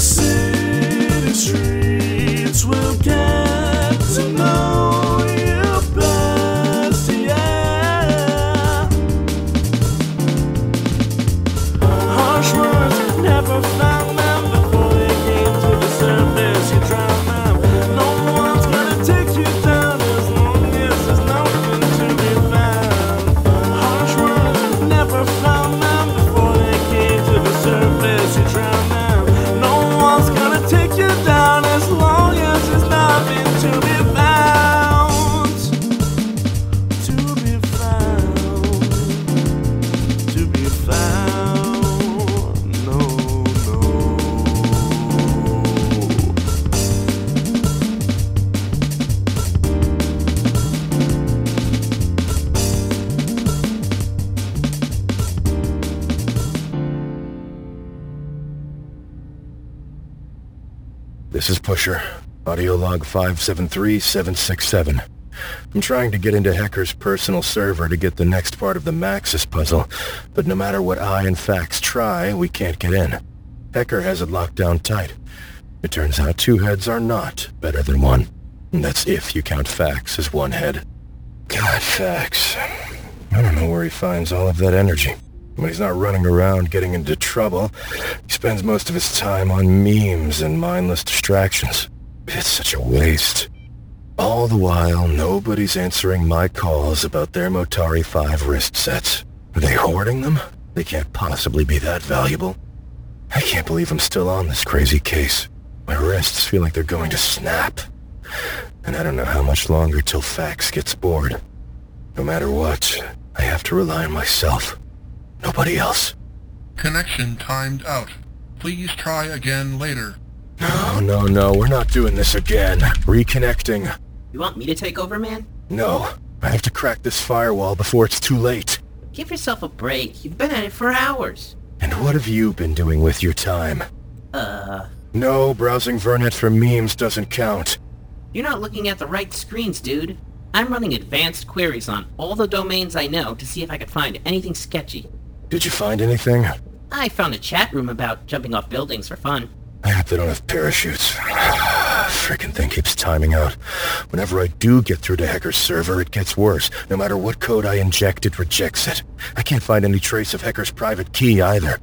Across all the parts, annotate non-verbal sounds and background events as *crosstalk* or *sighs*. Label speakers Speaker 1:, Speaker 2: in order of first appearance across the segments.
Speaker 1: city streets will get to know you best, yeah. Harsh words never found them before they came to the surface. You drown them. No one's gonna take you down as long as there's nothing to be found. Harsh words never found them before they came to the surface. You drown them. No one's gonna take you down as long as there's nothing to be found. To be found to be found. No, no.
Speaker 2: This is Pusher. Audio log 573767. I'm trying to get into Hecker's personal server to get the next part of the Maxis puzzle, but no matter what I and Fax try, we can't get in. Hecker has it locked down tight. It turns out two heads are not better than one. And that's if you count Fax as one head. God, Fax. I don't know where he finds all of that energy. When he's not running around getting into trouble, he spends most of his time on memes and mindless distractions. It's such a waste. All the while, nobody's answering my calls about their Motari 5 wrist sets. Are they hoarding them? They can't possibly be that valuable. I can't believe I'm still on this crazy case. My wrists feel like they're going to snap. And I don't know how much longer till Fax gets bored. No matter what, I have to rely on myself. Nobody else.
Speaker 3: Connection timed out. Please try again later.
Speaker 2: No, no, no, we're not doing this again. Reconnecting.
Speaker 4: You want me to take over, man?
Speaker 2: No, I have to crack this firewall before it's too late.
Speaker 4: Give yourself a break. You've been at it for hours.
Speaker 2: And what have you been doing with your time? Uh... No, browsing Vernet for memes doesn't count.
Speaker 4: You're not looking at the right screens, dude. I'm running advanced queries on all the domains I know to see if I could find anything sketchy.
Speaker 2: Did you find anything?
Speaker 4: I found a chat room about jumping off buildings for fun.
Speaker 2: I hope they don't have *sighs* parachutes. Freaking thing keeps timing out. Whenever I do get through to Hecker's server, it gets worse. No matter what code I inject, it rejects it. I can't find any trace of Hecker's private key either.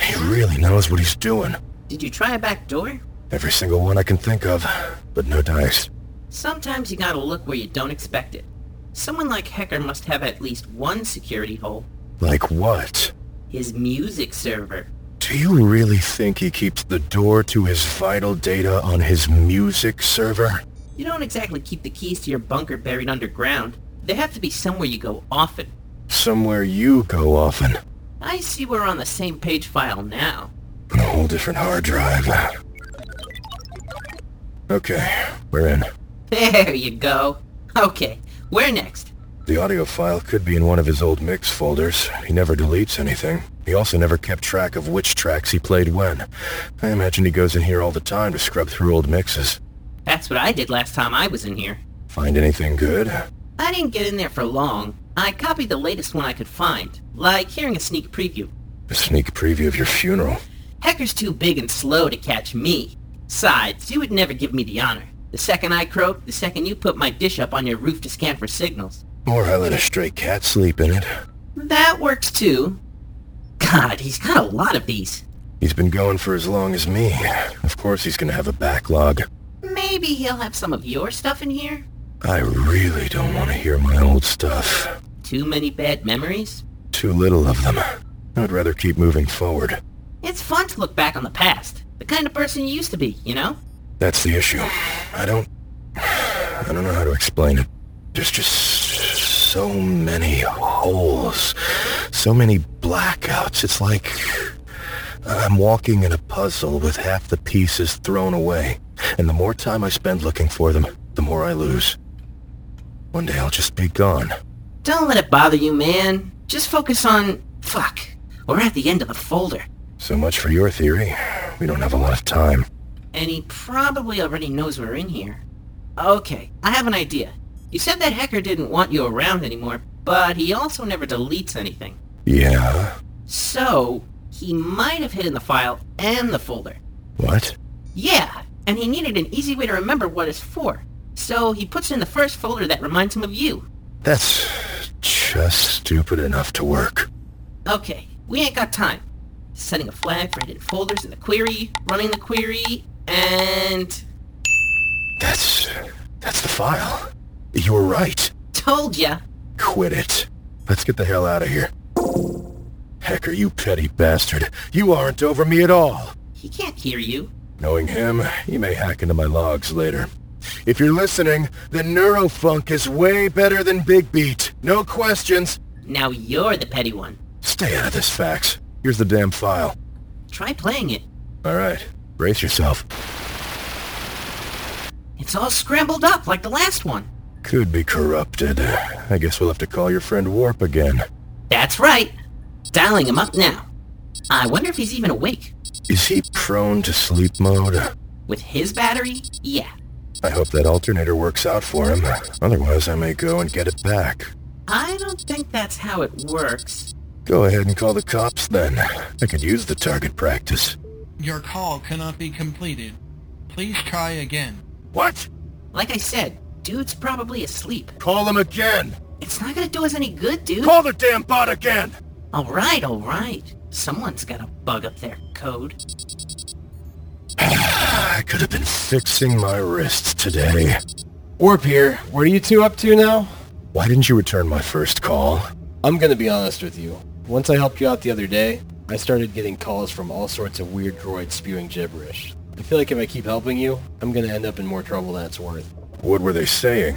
Speaker 2: He really knows what he's doing.
Speaker 4: Did you try a back door?
Speaker 2: Every single one I can think of, but no dice.
Speaker 4: Sometimes you gotta look where you don't expect it. Someone like Hecker must have at least one security hole.
Speaker 2: Like what?
Speaker 4: His music server.
Speaker 2: Do you really think he keeps the door to his vital data on his music server?
Speaker 4: You don't exactly keep the keys to your bunker buried underground. They have to be somewhere you go often.
Speaker 2: Somewhere you go often.
Speaker 4: I see we're on the same page file now.
Speaker 2: On a whole different hard drive. Okay, we're in.
Speaker 4: There you go. Okay, where next?
Speaker 2: The audio file could be in one of his old mix folders. He never deletes anything. He also never kept track of which tracks he played when. I imagine he goes in here all the time to scrub through old mixes.
Speaker 4: That's what I did last time I was in here.
Speaker 2: Find anything good?
Speaker 4: I didn't get in there for long. I copied the latest one I could find, like hearing a sneak preview.
Speaker 2: A sneak preview of your funeral.
Speaker 4: Hecker's too big and slow to catch me. Besides, you would never give me the honor. The second I croak, the second you put my dish up on your roof to scan for signals.
Speaker 2: Or I let a stray cat sleep in it.
Speaker 4: That works too. God, he's got a lot of these.
Speaker 2: He's been going for as long as me. Of course he's gonna have a backlog.
Speaker 4: Maybe he'll have some of your stuff in here?
Speaker 2: I really don't want to hear my old stuff.
Speaker 4: Too many bad memories?
Speaker 2: Too little of them. I'd rather keep moving forward.
Speaker 4: It's fun to look back on the past. The kind of person you used to be, you know?
Speaker 2: That's the issue. I don't... I don't know how to explain it. There's just so many holes. So many blackouts. It's like I'm walking in a puzzle with half the pieces thrown away. And the more time I spend looking for them, the more I lose. One day I'll just be gone.
Speaker 4: Don't let it bother you, man. Just focus on... Fuck. We're at the end of the folder.
Speaker 2: So much for your theory. We don't have a lot of time.
Speaker 4: And he probably already knows we're in here. Okay, I have an idea. You said that Hecker didn't want you around anymore, but he also never deletes anything.
Speaker 2: Yeah?
Speaker 4: So, he might have hidden the file and the folder.
Speaker 2: What?
Speaker 4: Yeah, and he needed an easy way to remember what it's for. So he puts it in the first folder that reminds him of you.
Speaker 2: That's just stupid enough to work.
Speaker 4: Okay, we ain't got time. Setting a flag for hidden folders in the query, running the query, and...
Speaker 2: That's... that's the file. You were right.
Speaker 4: Told ya.
Speaker 2: Quit it. Let's get the hell out of here. Hecker, you petty bastard. You aren't over me at all.
Speaker 4: He can't hear you.
Speaker 2: Knowing him, he may hack into my logs later. If you're listening, then Neurofunk is way better than Big Beat. No questions.
Speaker 4: Now you're the petty one.
Speaker 2: Stay out of this, Fax. Here's the damn file.
Speaker 4: Try playing it.
Speaker 2: All right. Brace yourself.
Speaker 4: It's all scrambled up like the last one.
Speaker 2: Could be corrupted. I guess we'll have to call your friend Warp again.
Speaker 4: That's right. Dialing him up now. I wonder if he's even awake.
Speaker 2: Is he prone to sleep mode?
Speaker 4: With his battery? Yeah.
Speaker 2: I hope that alternator works out for him. Otherwise, I may go and get it back.
Speaker 4: I don't think that's how it works.
Speaker 2: Go ahead and call the cops then. I could use the target practice.
Speaker 3: Your call cannot be completed. Please try again.
Speaker 2: What?
Speaker 4: Like I said, dude's probably asleep.
Speaker 2: Call him again!
Speaker 4: It's not gonna do us any good, dude.
Speaker 2: Call the damn bot again! *sighs*
Speaker 4: All right, all right. Someone's got a bug up their code.
Speaker 2: I could have been fixing my wrists today.
Speaker 5: Warp here. What are you two up to now?
Speaker 2: Why didn't you return my first call?
Speaker 5: I'm gonna be honest with you. Once I helped you out the other day, I started getting calls from all sorts of weird droids spewing gibberish. I feel like if I keep helping you, I'm gonna end up in more trouble than it's worth.
Speaker 2: What were they saying?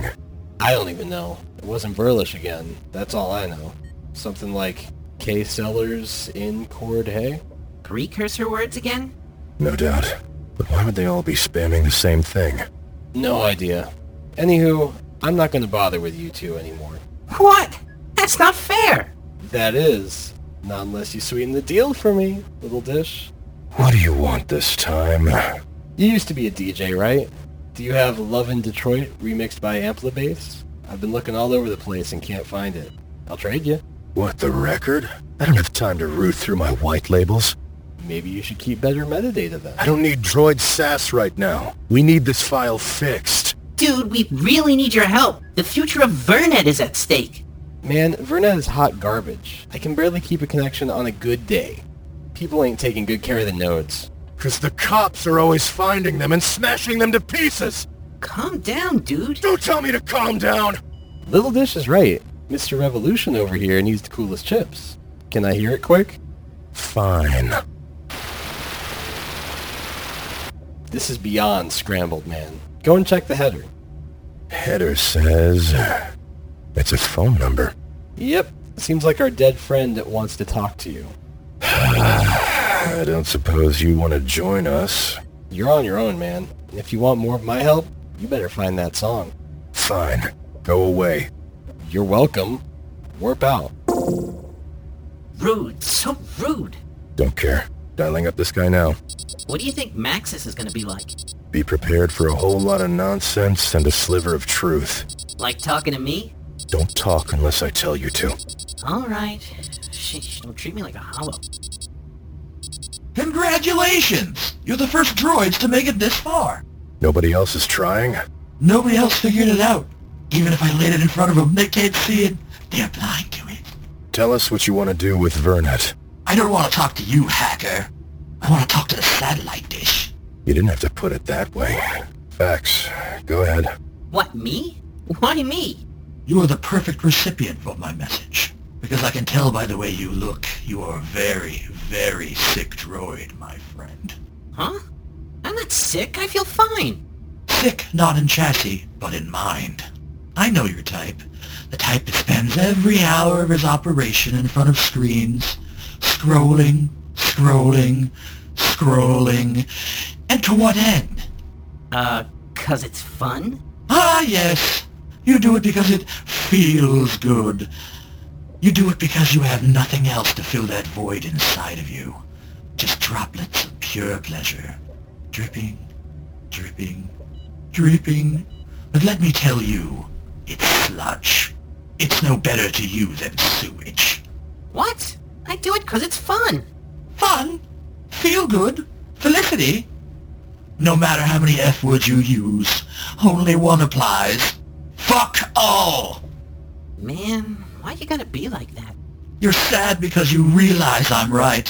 Speaker 5: I don't even know. It wasn't Burlish again. That's all I know. Something like K Sellers in Cord Hay?
Speaker 4: Precursor words again?
Speaker 2: No doubt. But why would they all be spamming the same thing?
Speaker 5: No idea. Anywho, I'm not gonna bother with you two anymore.
Speaker 4: What? That's not fair.
Speaker 5: That is, not unless you sweeten the deal for me, little dish.
Speaker 2: What do you want this time?
Speaker 5: You used to be a DJ, right? Do you have Love in Detroit remixed by Amplibase? I've been looking all over the place and can't find it. I'll trade you.
Speaker 2: What, the record? I don't have time to root through my white labels.
Speaker 5: Maybe you should keep better metadata then.
Speaker 2: I don't need droid sass right now. We need this file fixed.
Speaker 4: Dude, we really need your help. The future of Vernet is at stake.
Speaker 5: Man, Vernet is hot garbage. I can barely keep a connection on a good day. People ain't taking good care of the nodes.
Speaker 2: Because the cops are always finding them and smashing them to pieces.
Speaker 4: Calm down, dude.
Speaker 2: Don't tell me to calm down.
Speaker 5: Little Dish is right. Mr. Revolution over here needs the coolest chips. Can I hear it quick?
Speaker 2: Fine.
Speaker 5: This is beyond scrambled, man. Go and check the header.
Speaker 2: Header says it's a phone number.
Speaker 5: Yep, seems like our dead friend that wants to talk to you.
Speaker 2: I don't suppose you want to join us.
Speaker 5: You're on your own, man. If you want more of my help, you better find that song.
Speaker 2: Fine. Go away.
Speaker 5: You're welcome. Warp out.
Speaker 4: Rude, so rude.
Speaker 2: Don't care. Dialing up this guy now.
Speaker 4: What do you think Maxis is gonna be like?
Speaker 2: Be prepared for a whole lot of nonsense and a sliver of truth.
Speaker 4: Like talking to me?
Speaker 2: Don't talk unless I tell you to.
Speaker 4: All right. Sheesh, don't treat me like a hollow.
Speaker 6: Congratulations! You're the first droids to make it this far.
Speaker 2: Nobody else is trying?
Speaker 6: Nobody else figured it out. Even if I laid it in front of them, they can't see it. They're blind to it.
Speaker 2: Tell us what you want to do with Vernet.
Speaker 6: I don't want to talk to you, hacker. I want to talk to the satellite dish.
Speaker 2: You didn't have to put it that way. Fax, go ahead.
Speaker 4: What, me? Why me?
Speaker 6: You are the perfect recipient for my message. Because I can tell by the way you look, you are a very, very sick droid, my friend.
Speaker 4: Huh? I'm not sick. I feel fine.
Speaker 6: Sick not in chassis, but in mind. I know your type. The type that spends every hour of his operation in front of screens, scrolling, scrolling, scrolling. And to what end?
Speaker 4: Uh, 'cause it's fun?
Speaker 6: Ah, yes. You do it because it feels good. You do it because you have nothing else to fill that void inside of you. Just droplets of pure pleasure. Dripping, dripping, dripping. But let me tell you, it's sludge. It's no better to you than sewage.
Speaker 4: What? I do it 'cause it's fun.
Speaker 6: Fun, feel good, felicity, No matter how many F words you use, only one applies. Fuck all!
Speaker 4: Man, why you gotta be like that?
Speaker 6: You're sad because you realize I'm right.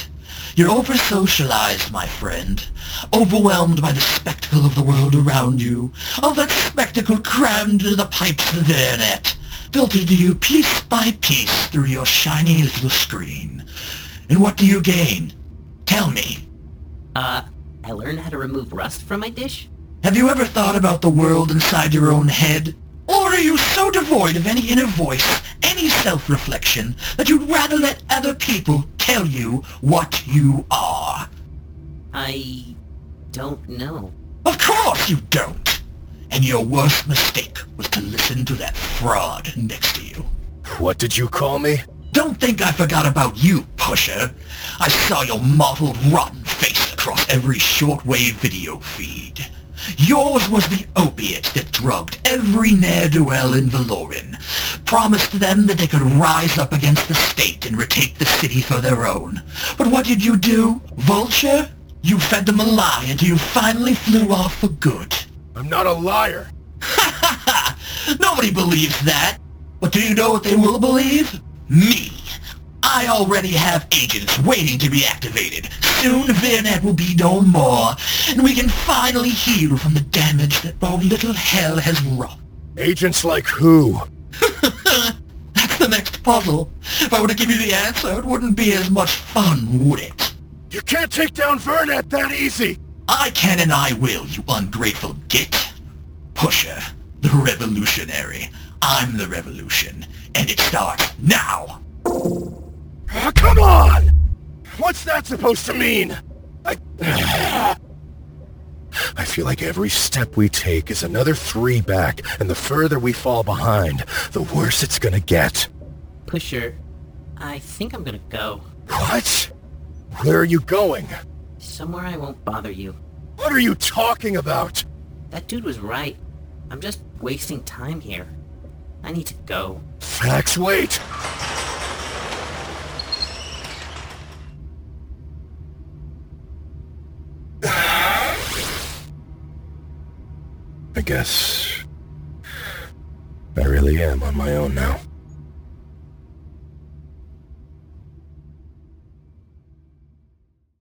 Speaker 6: You're over-socialized, my friend. Overwhelmed by the spectacle of the world around you. All that spectacle crammed into the pipes of the internet. Filtered to you piece by piece through your shiny little screen. And what do you gain? Tell me.
Speaker 4: Uh, I learned how to remove rust from my dish?
Speaker 6: Have you ever thought about the world inside your own head? Or are you so devoid of any inner voice, any self-reflection, that you'd rather let other people tell you what you are?
Speaker 4: I don't know.
Speaker 6: Of course you don't! And your worst mistake was to listen to that fraud next to you.
Speaker 2: What did you call me?
Speaker 6: Don't think I forgot about you, pusher. I saw your mottled, rotten face across every shortwave video feed. Yours was the opiate that drugged every ne'er-do-well in Valoran, promised them that they could rise up against the state and retake the city for their own. But what did you do, vulture? You fed them a lie until you finally flew off for good.
Speaker 2: I'm not a liar.
Speaker 6: Nobody believes that. But do you know what they will believe? Me. I already have agents waiting to be activated. Soon Virnet will be no more, and we can finally heal from the damage that our little hell has wrought.
Speaker 2: Agents like who?
Speaker 6: That's the next puzzle. If I were to give you the answer, it wouldn't be as much fun, would it?
Speaker 2: You can't take down Vernet that easy.
Speaker 6: I can and I will, you ungrateful git. Pusher, the revolutionary. I'm the revolution, and it starts now.
Speaker 2: Ah, come on! What's that supposed to mean? I... *sighs* I feel like every step we take is another three back, and the further we fall behind, the worse it's gonna get.
Speaker 4: Pusher, I think I'm gonna go.
Speaker 2: What? Where are you going?
Speaker 4: Somewhere I won't bother you.
Speaker 2: What are you talking about?
Speaker 4: That dude was right. I'm just wasting time here. I need to go.
Speaker 2: Facts wait! I guess I really am on my own now.